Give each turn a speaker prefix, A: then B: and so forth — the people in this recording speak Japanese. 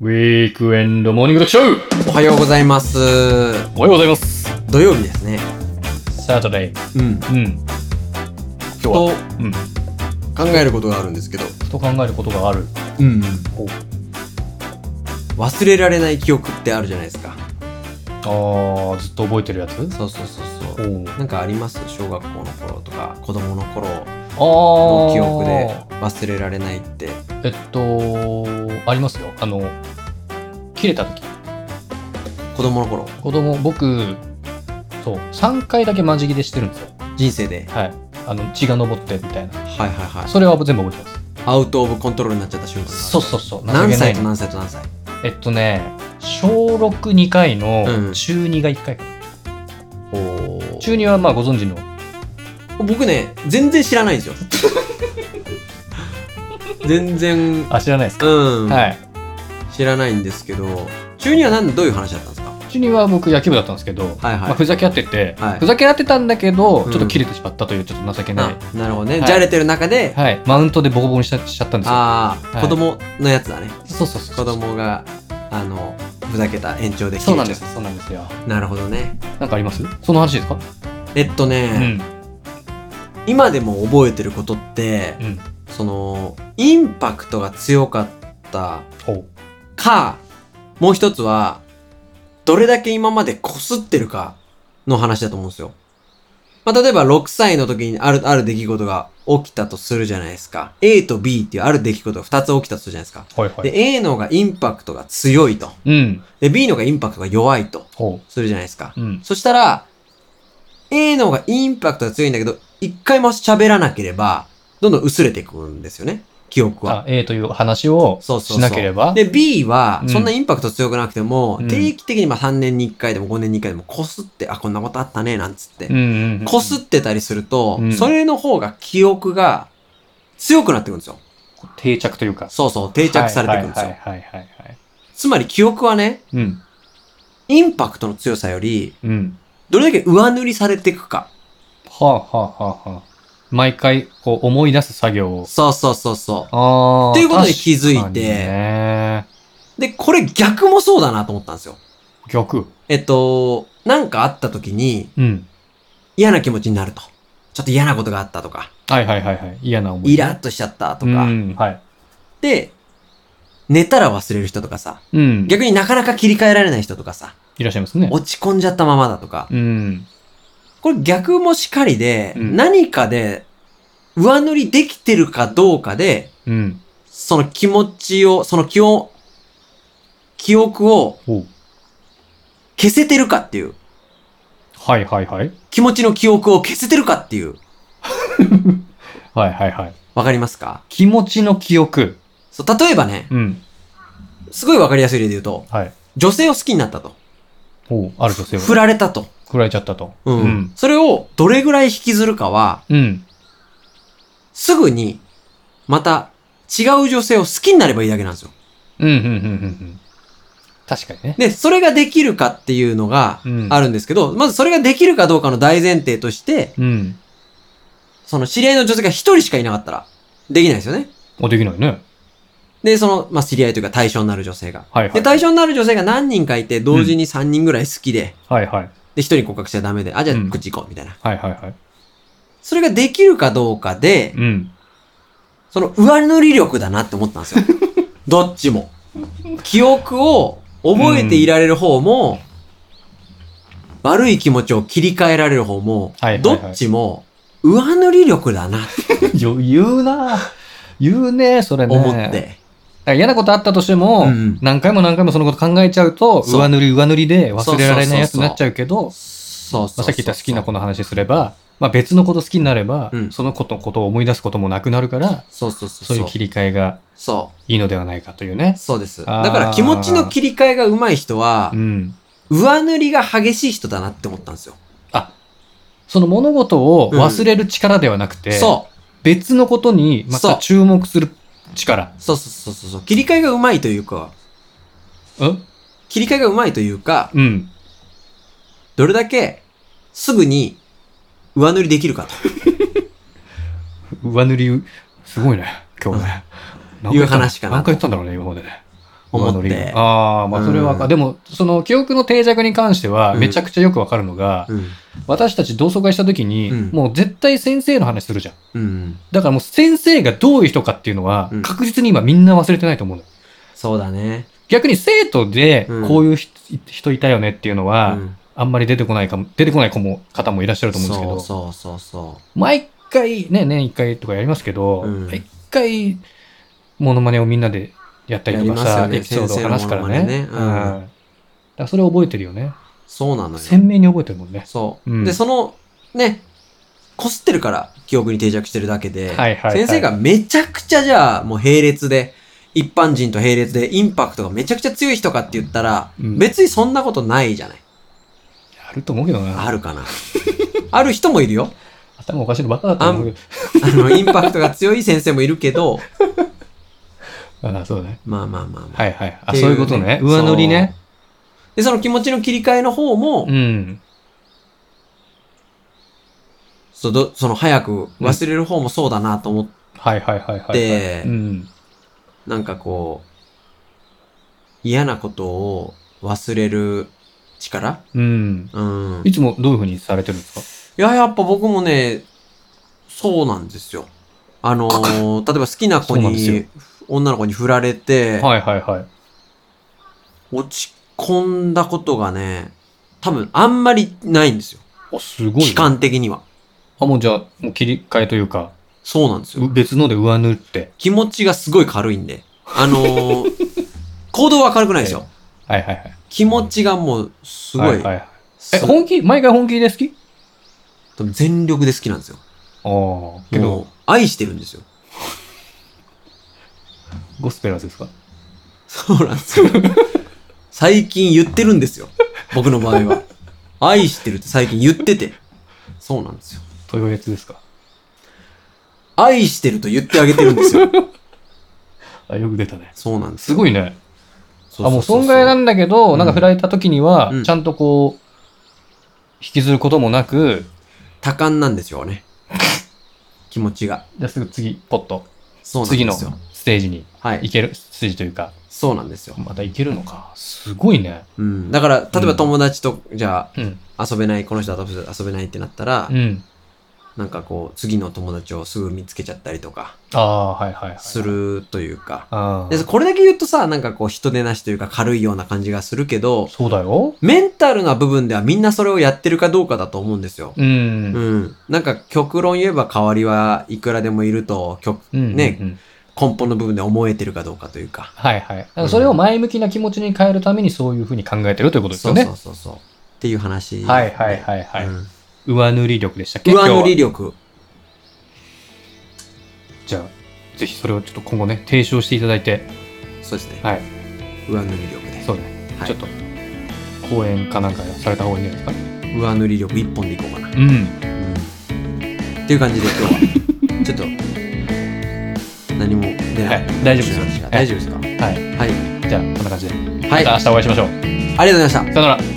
A: ウィークエンドモーニング特集
B: おはようございます。
A: おはようございます
B: 土曜日ですね。
A: サタデー
B: うん。
A: うん
B: ふと
A: は
B: 考
A: うん
B: えることがあるんですけど。
A: ふと考えることがある
B: うん。
A: ほう
B: 忘れられない記憶ってあるじゃないですか。
A: あーずっと覚えてるやつ
B: そうそうそうそう。
A: お
B: なんかあります小学校の頃とか子供の頃
A: お
B: の記憶で忘れられないって。
A: えっとありますよあの切れた時
B: 子供の頃
A: 子供僕そう3回だけ間仕切りしてるんですよ
B: 人生で。
A: はいあの血が上ってみたいな
B: はいはいはい。
A: それは全部覚えてま
B: アウトオブコントロールになっちゃった瞬間。
A: すそうそうそう
B: 何
A: 情けない
B: 歳と何歳と何歳
A: えっとね小62回の中2が1回かな、
B: お
A: 中2はまあご存知の
B: 僕ね、全然知らないんです よ。全然、
A: あ知らないですか、
B: うん。
A: はい
B: 知らないんですけど中二は何どういう話だったんですか
A: 中2は僕野球部だったんですけど、
B: はいはい
A: まあ、ふざけ合ってて、
B: はい
A: ふざけ合ってたんだけど
B: うん
A: ちょっと切れてしまったというちょっと情けない、
B: あなるほどね、
A: はい
B: じゃれてる中で、
A: はいマウントでボコボコにしちゃしちゃったんですよ
B: ああ、
A: はい
B: 子供のやつだね
A: そうそうそう
B: 子供があのふざけた延長で
A: そうなんですすそうなんですよ
B: なるほどね
A: なんかありますその話ですか
B: えっと
A: う
B: ね、
A: ん
B: 今でも覚えてることって
A: うん
B: そのインパクトが強かった
A: ほう
B: かもう一つはどれだけ今までこすってるかの話だと思うんですよ。まあ、例えば6歳の時にある、ある出来事が起きたとするじゃないですか。A と B っていうある出来事が2つ起きたとするじゃないですか。
A: はいはい
B: で、A の方がインパクトが強いと。
A: うん
B: で、B の方がインパクトが弱いと
A: ほ
B: するじゃないですか。
A: ううん
B: そしたら、A の方がインパクトが強いんだけど、一回も喋らなければ、どんどん薄れていくんですよね。記憶は。
A: あ A という話を
B: そうそうそう
A: しなければ
B: で、B は
A: う、ん
B: そんなインパクト強くなくても、
A: うん
B: 定期的にまあ3年に1回でも5年に1回でもこすって、あ、こんなことあったね、なんつって
A: うん。うんうん
B: こすってたりすると、
A: うん
B: それの方が記憶が強くなってくるんですよ。
A: 定着というか
B: そうそう、定着されてくるんですよ。
A: はいはいはいはいはいはい
B: つまり記憶はね、
A: うん
B: インパクトの強さより、
A: うん
B: どれだけ上塗りされていくか。
A: はあはあはあはあ毎回こう思い出す作業を
B: そうそうそうそ
A: ああ。
B: っていうことに気づいて
A: 確かにね、
B: う。で、これ逆もそうだなと思ったんですよ。
A: 逆。
B: えっと、なんかあった時に
A: うん。
B: 嫌な気持ちになると。ちょっと嫌なことがあったとか、
A: はいはいはいはい。嫌な思い。
B: イラッとしちゃったとか
A: う、ん、はい。
B: で、寝たら忘れる人とかさ、
A: うん。
B: 逆になかなか切り替えられない人とかさ、
A: いらっしゃいますね。
B: 落ち込んじゃったままだとか、
A: うん。
B: これ逆もしかりで、
A: うん
B: 何かで上塗りできてるかどうかで、
A: うん。
B: その気持ちを、その気を、記憶を
A: おう
B: 消せてるかっていう、
A: はいはいはい。
B: 気持ちの記憶を消せてるかっていう、
A: はいはいはい。
B: わかりますか
A: 気持ちの記憶。
B: そう、例えばね、
A: うん。
B: すごいわかりやすい例で言うと、
A: はい。
B: 女性を好きになったと。
A: おうある女性を。
B: 振られたと。
A: 振られちゃったと。
B: うん。
A: うん。
B: それをどれぐらい引きずるかは、
A: うん。
B: すぐに、また、違う女性を好きになればいいだけなんですよ。
A: うん、うん、うん、うんうん。確かにね。
B: で、それができるかっていうのが
A: うん。
B: あるんですけど、まずそれができるかどうかの大前提として、
A: うん。
B: その知り合いの女性が一人しかいなかったら、できないですよね。
A: お、できないね。
B: で、その、まあ、知り合いというか対象になる女性が。
A: はいは
B: で、
A: い。
B: 対象になる女性が何人かいて、同時に3人ぐらい好きで、
A: はいはい。
B: で、一人に告白しちゃダメで、あ、じゃあ
A: うん
B: こっち行こう、みたいな。
A: はいはいはい。
B: それができるかどうかで、
A: うん。
B: その上塗り力だなって思ったんですよ。 どっちも。記憶を覚えていられる方も、悪い気持ちを切り替えられる方も、
A: はいはいは
B: ど
A: い
B: っちも上塗り力だなって
A: よ言うな言うねそれね。
B: 思って。
A: だから嫌なことあったとしても、
B: うん
A: 何回も何回もそのこと考えちゃうと、
B: そう
A: 上塗り上塗りで忘れられないやつになっちゃうけど、
B: そうそうそう
A: まあさっき言った好きな子の話すれば、まあ、別のこと好きになれば、
B: うん
A: その子のことを思い出すこともなくなるから、
B: そうそうそう。
A: そういう切り替えが
B: そ
A: いいのではないかというね
B: う。。そうです。
A: あー
B: だから気持ちの切り替えが上手い人は
A: う、ん。
B: 上塗りが激しい人だなって思ったんですよ。
A: あ、その物事を忘れる力ではなくて、
B: そう。
A: 別のことにま
B: そう
A: た注目する力。
B: そうそうそうそう。切り替えが上手いというか、
A: うん
B: 切り替えが上手いというか、
A: うん。
B: どれだけすぐに上塗りできるか
A: 上塗り、すごいね、今日ね。
B: いう話かな
A: 何回言ったんだろうね、今までね。上
B: 思
A: 乗
B: っ
A: りが
B: て。
A: ああ、まあそれはわか
B: うん
A: でも、その記憶の定着に関しては、
B: うん
A: めちゃくちゃよくわかるのが、
B: うん。
A: 私たち同窓会した時に、
B: うん
A: もう絶対先生の話するじゃん。
B: うん。
A: だからもう先生がどういう人かっていうのは、
B: うん
A: 確実に今みんな忘れてないと思うの。
B: そうだね。
A: 逆に生徒で
B: うん
A: こういうひ人いたよねっていうの
B: う
A: は、
B: ん。
A: あんまり出てこないかも、出てこない子も、方もいらっしゃると思うんですけど、
B: そうそうそうそ
A: 毎回ね、年1回とかやりますけど、
B: うん
A: 毎回、モノマネをみんなでやったりとか
B: やります
A: さ、
B: よね
A: エピソードを話すからね。
B: 先生のモノマネねうん
A: だからそれ覚えてるよね。
B: う。そうなのよ。
A: 鮮明に覚えてるもんね。
B: そう、
A: うん
B: で、その、ね、こすってるから記憶に定着してるだけで、
A: はいはいはい
B: 先生がめちゃくちゃじゃあ、もう並列で、一般人と並列でインパクトがめちゃくちゃ強い人かって言ったら、
A: うん
B: 別にそんなことないじゃない。
A: あると思うけどな。
B: あるかな。ある人もいるよ。
A: 頭おかしいのバカだと思うけど。
B: あの、インパクトが強い先生もいるけど、
A: ああ、そうね。
B: まあまあまあまあ。
A: はいはい。
B: っ
A: あ、
B: て
A: そういうことね。上乗りね。。
B: そうで、その気持ちの切り替えの方も、
A: うん。
B: そうどその早く忘れる方もそうだなと思って、
A: はいはいはいはい。
B: で
A: うん。
B: なんかこう、嫌なことを忘れる力
A: うん。
B: うん。
A: い
B: い
A: つもどういうふうにされてるんですか
B: や、やっぱ僕もね、そうなんですよ。あのー 例えば好きな子
A: そうなんですよ
B: に、女の子に振られて、
A: はいはいはい。
B: 落ち込んだことがね、多分あんまりないんですよ。
A: あ、すごいね。
B: 期間的には。
A: あ、もうじゃあ、もう切り替えというか、
B: そうなんですよ。
A: う別ので上塗って。
B: 気持ちがすごい軽いんで。あのー 行動は軽くないですよ。
A: はいはいはい。
B: 気持ちがもう、すごい、
A: はいはいはいえ、
B: す
A: 本気毎回本気で好き
B: 全力で好きなんですよ。
A: ああ。け
B: け
A: ど、
B: ど、愛してるんですよ。
A: ゴスペラーズですか
B: そうなんですよ。最近言ってるんですよ。僕の場合は。愛してるって最近言ってて。そうなんですよ。
A: 豊悦ですか
B: 愛してると言ってあげてるんですよ。
A: あ、よく出たね。
B: そうなんです
A: す
B: よ。
A: ごいね。
B: そ
A: あ、もう損害なんだけ
B: う
A: ど、
B: ん
A: なんか振られた時には
B: うん、
A: ちゃんとこう、引きずることもなく、
B: 多感なんですよね。気持ちが。
A: じゃあすぐ次、ポッと、
B: そうなん
A: 次の
B: ですよ。
A: ステージに
B: はい。
A: 行ける、ステージというか、
B: そうなんですよ。
A: また行けるのか。すごいね。
B: うん。だから、例えば友達と、じゃ
A: うん。
B: あ、遊べない、この人と遊べないってなったら、
A: うん。
B: なんかこう、次の友達をすぐ見つけちゃったりとか、
A: ああ、はいはいはい。
B: す。るというか。
A: あ
B: で
A: あ。
B: これだけ言うとさ、なんかこう、人手なしというか軽いような感じがするけど、
A: そうだよ。
B: メンタルな部分ではみんなそれをやってるかどうかだと思うんですよ。
A: う。
B: うんん。なんか極論言えば代わりはいくらでもいると、極
A: うん。
B: ね
A: うん。
B: 根本の部分で思えてるかどうかというか。
A: はいはい。だからそれを前向きな気持ちに変えるためにそういうふうに考えてるということですよね。
B: そうそうそうそう。っていう話。
A: はいはいはいはい。
B: うん
A: 上塗り力でしたっけ
B: 上塗り
A: 今日は
B: 力。
A: じゃあ、ぜひそれをちょっと今後ね、提唱していただいて、
B: そうですね。
A: はい、
B: 上塗り力で。
A: そうね、
B: はい
A: ちょっと、講演かなんかされた方がいいんじゃないですか。
B: 上塗り力一本でいこうかな。
A: うん。
B: うんっていう感じで今日は、ちょっと、何も出
A: は
B: ない
A: い。、大丈夫です
B: 大丈夫ですか
A: 夫。はい。
B: はい。
A: じゃあ、こんな感じで、
B: は
A: ま
B: い。
A: た明
B: あ
A: 日お会いしましょう。
B: りがとうございました。
A: さよなら。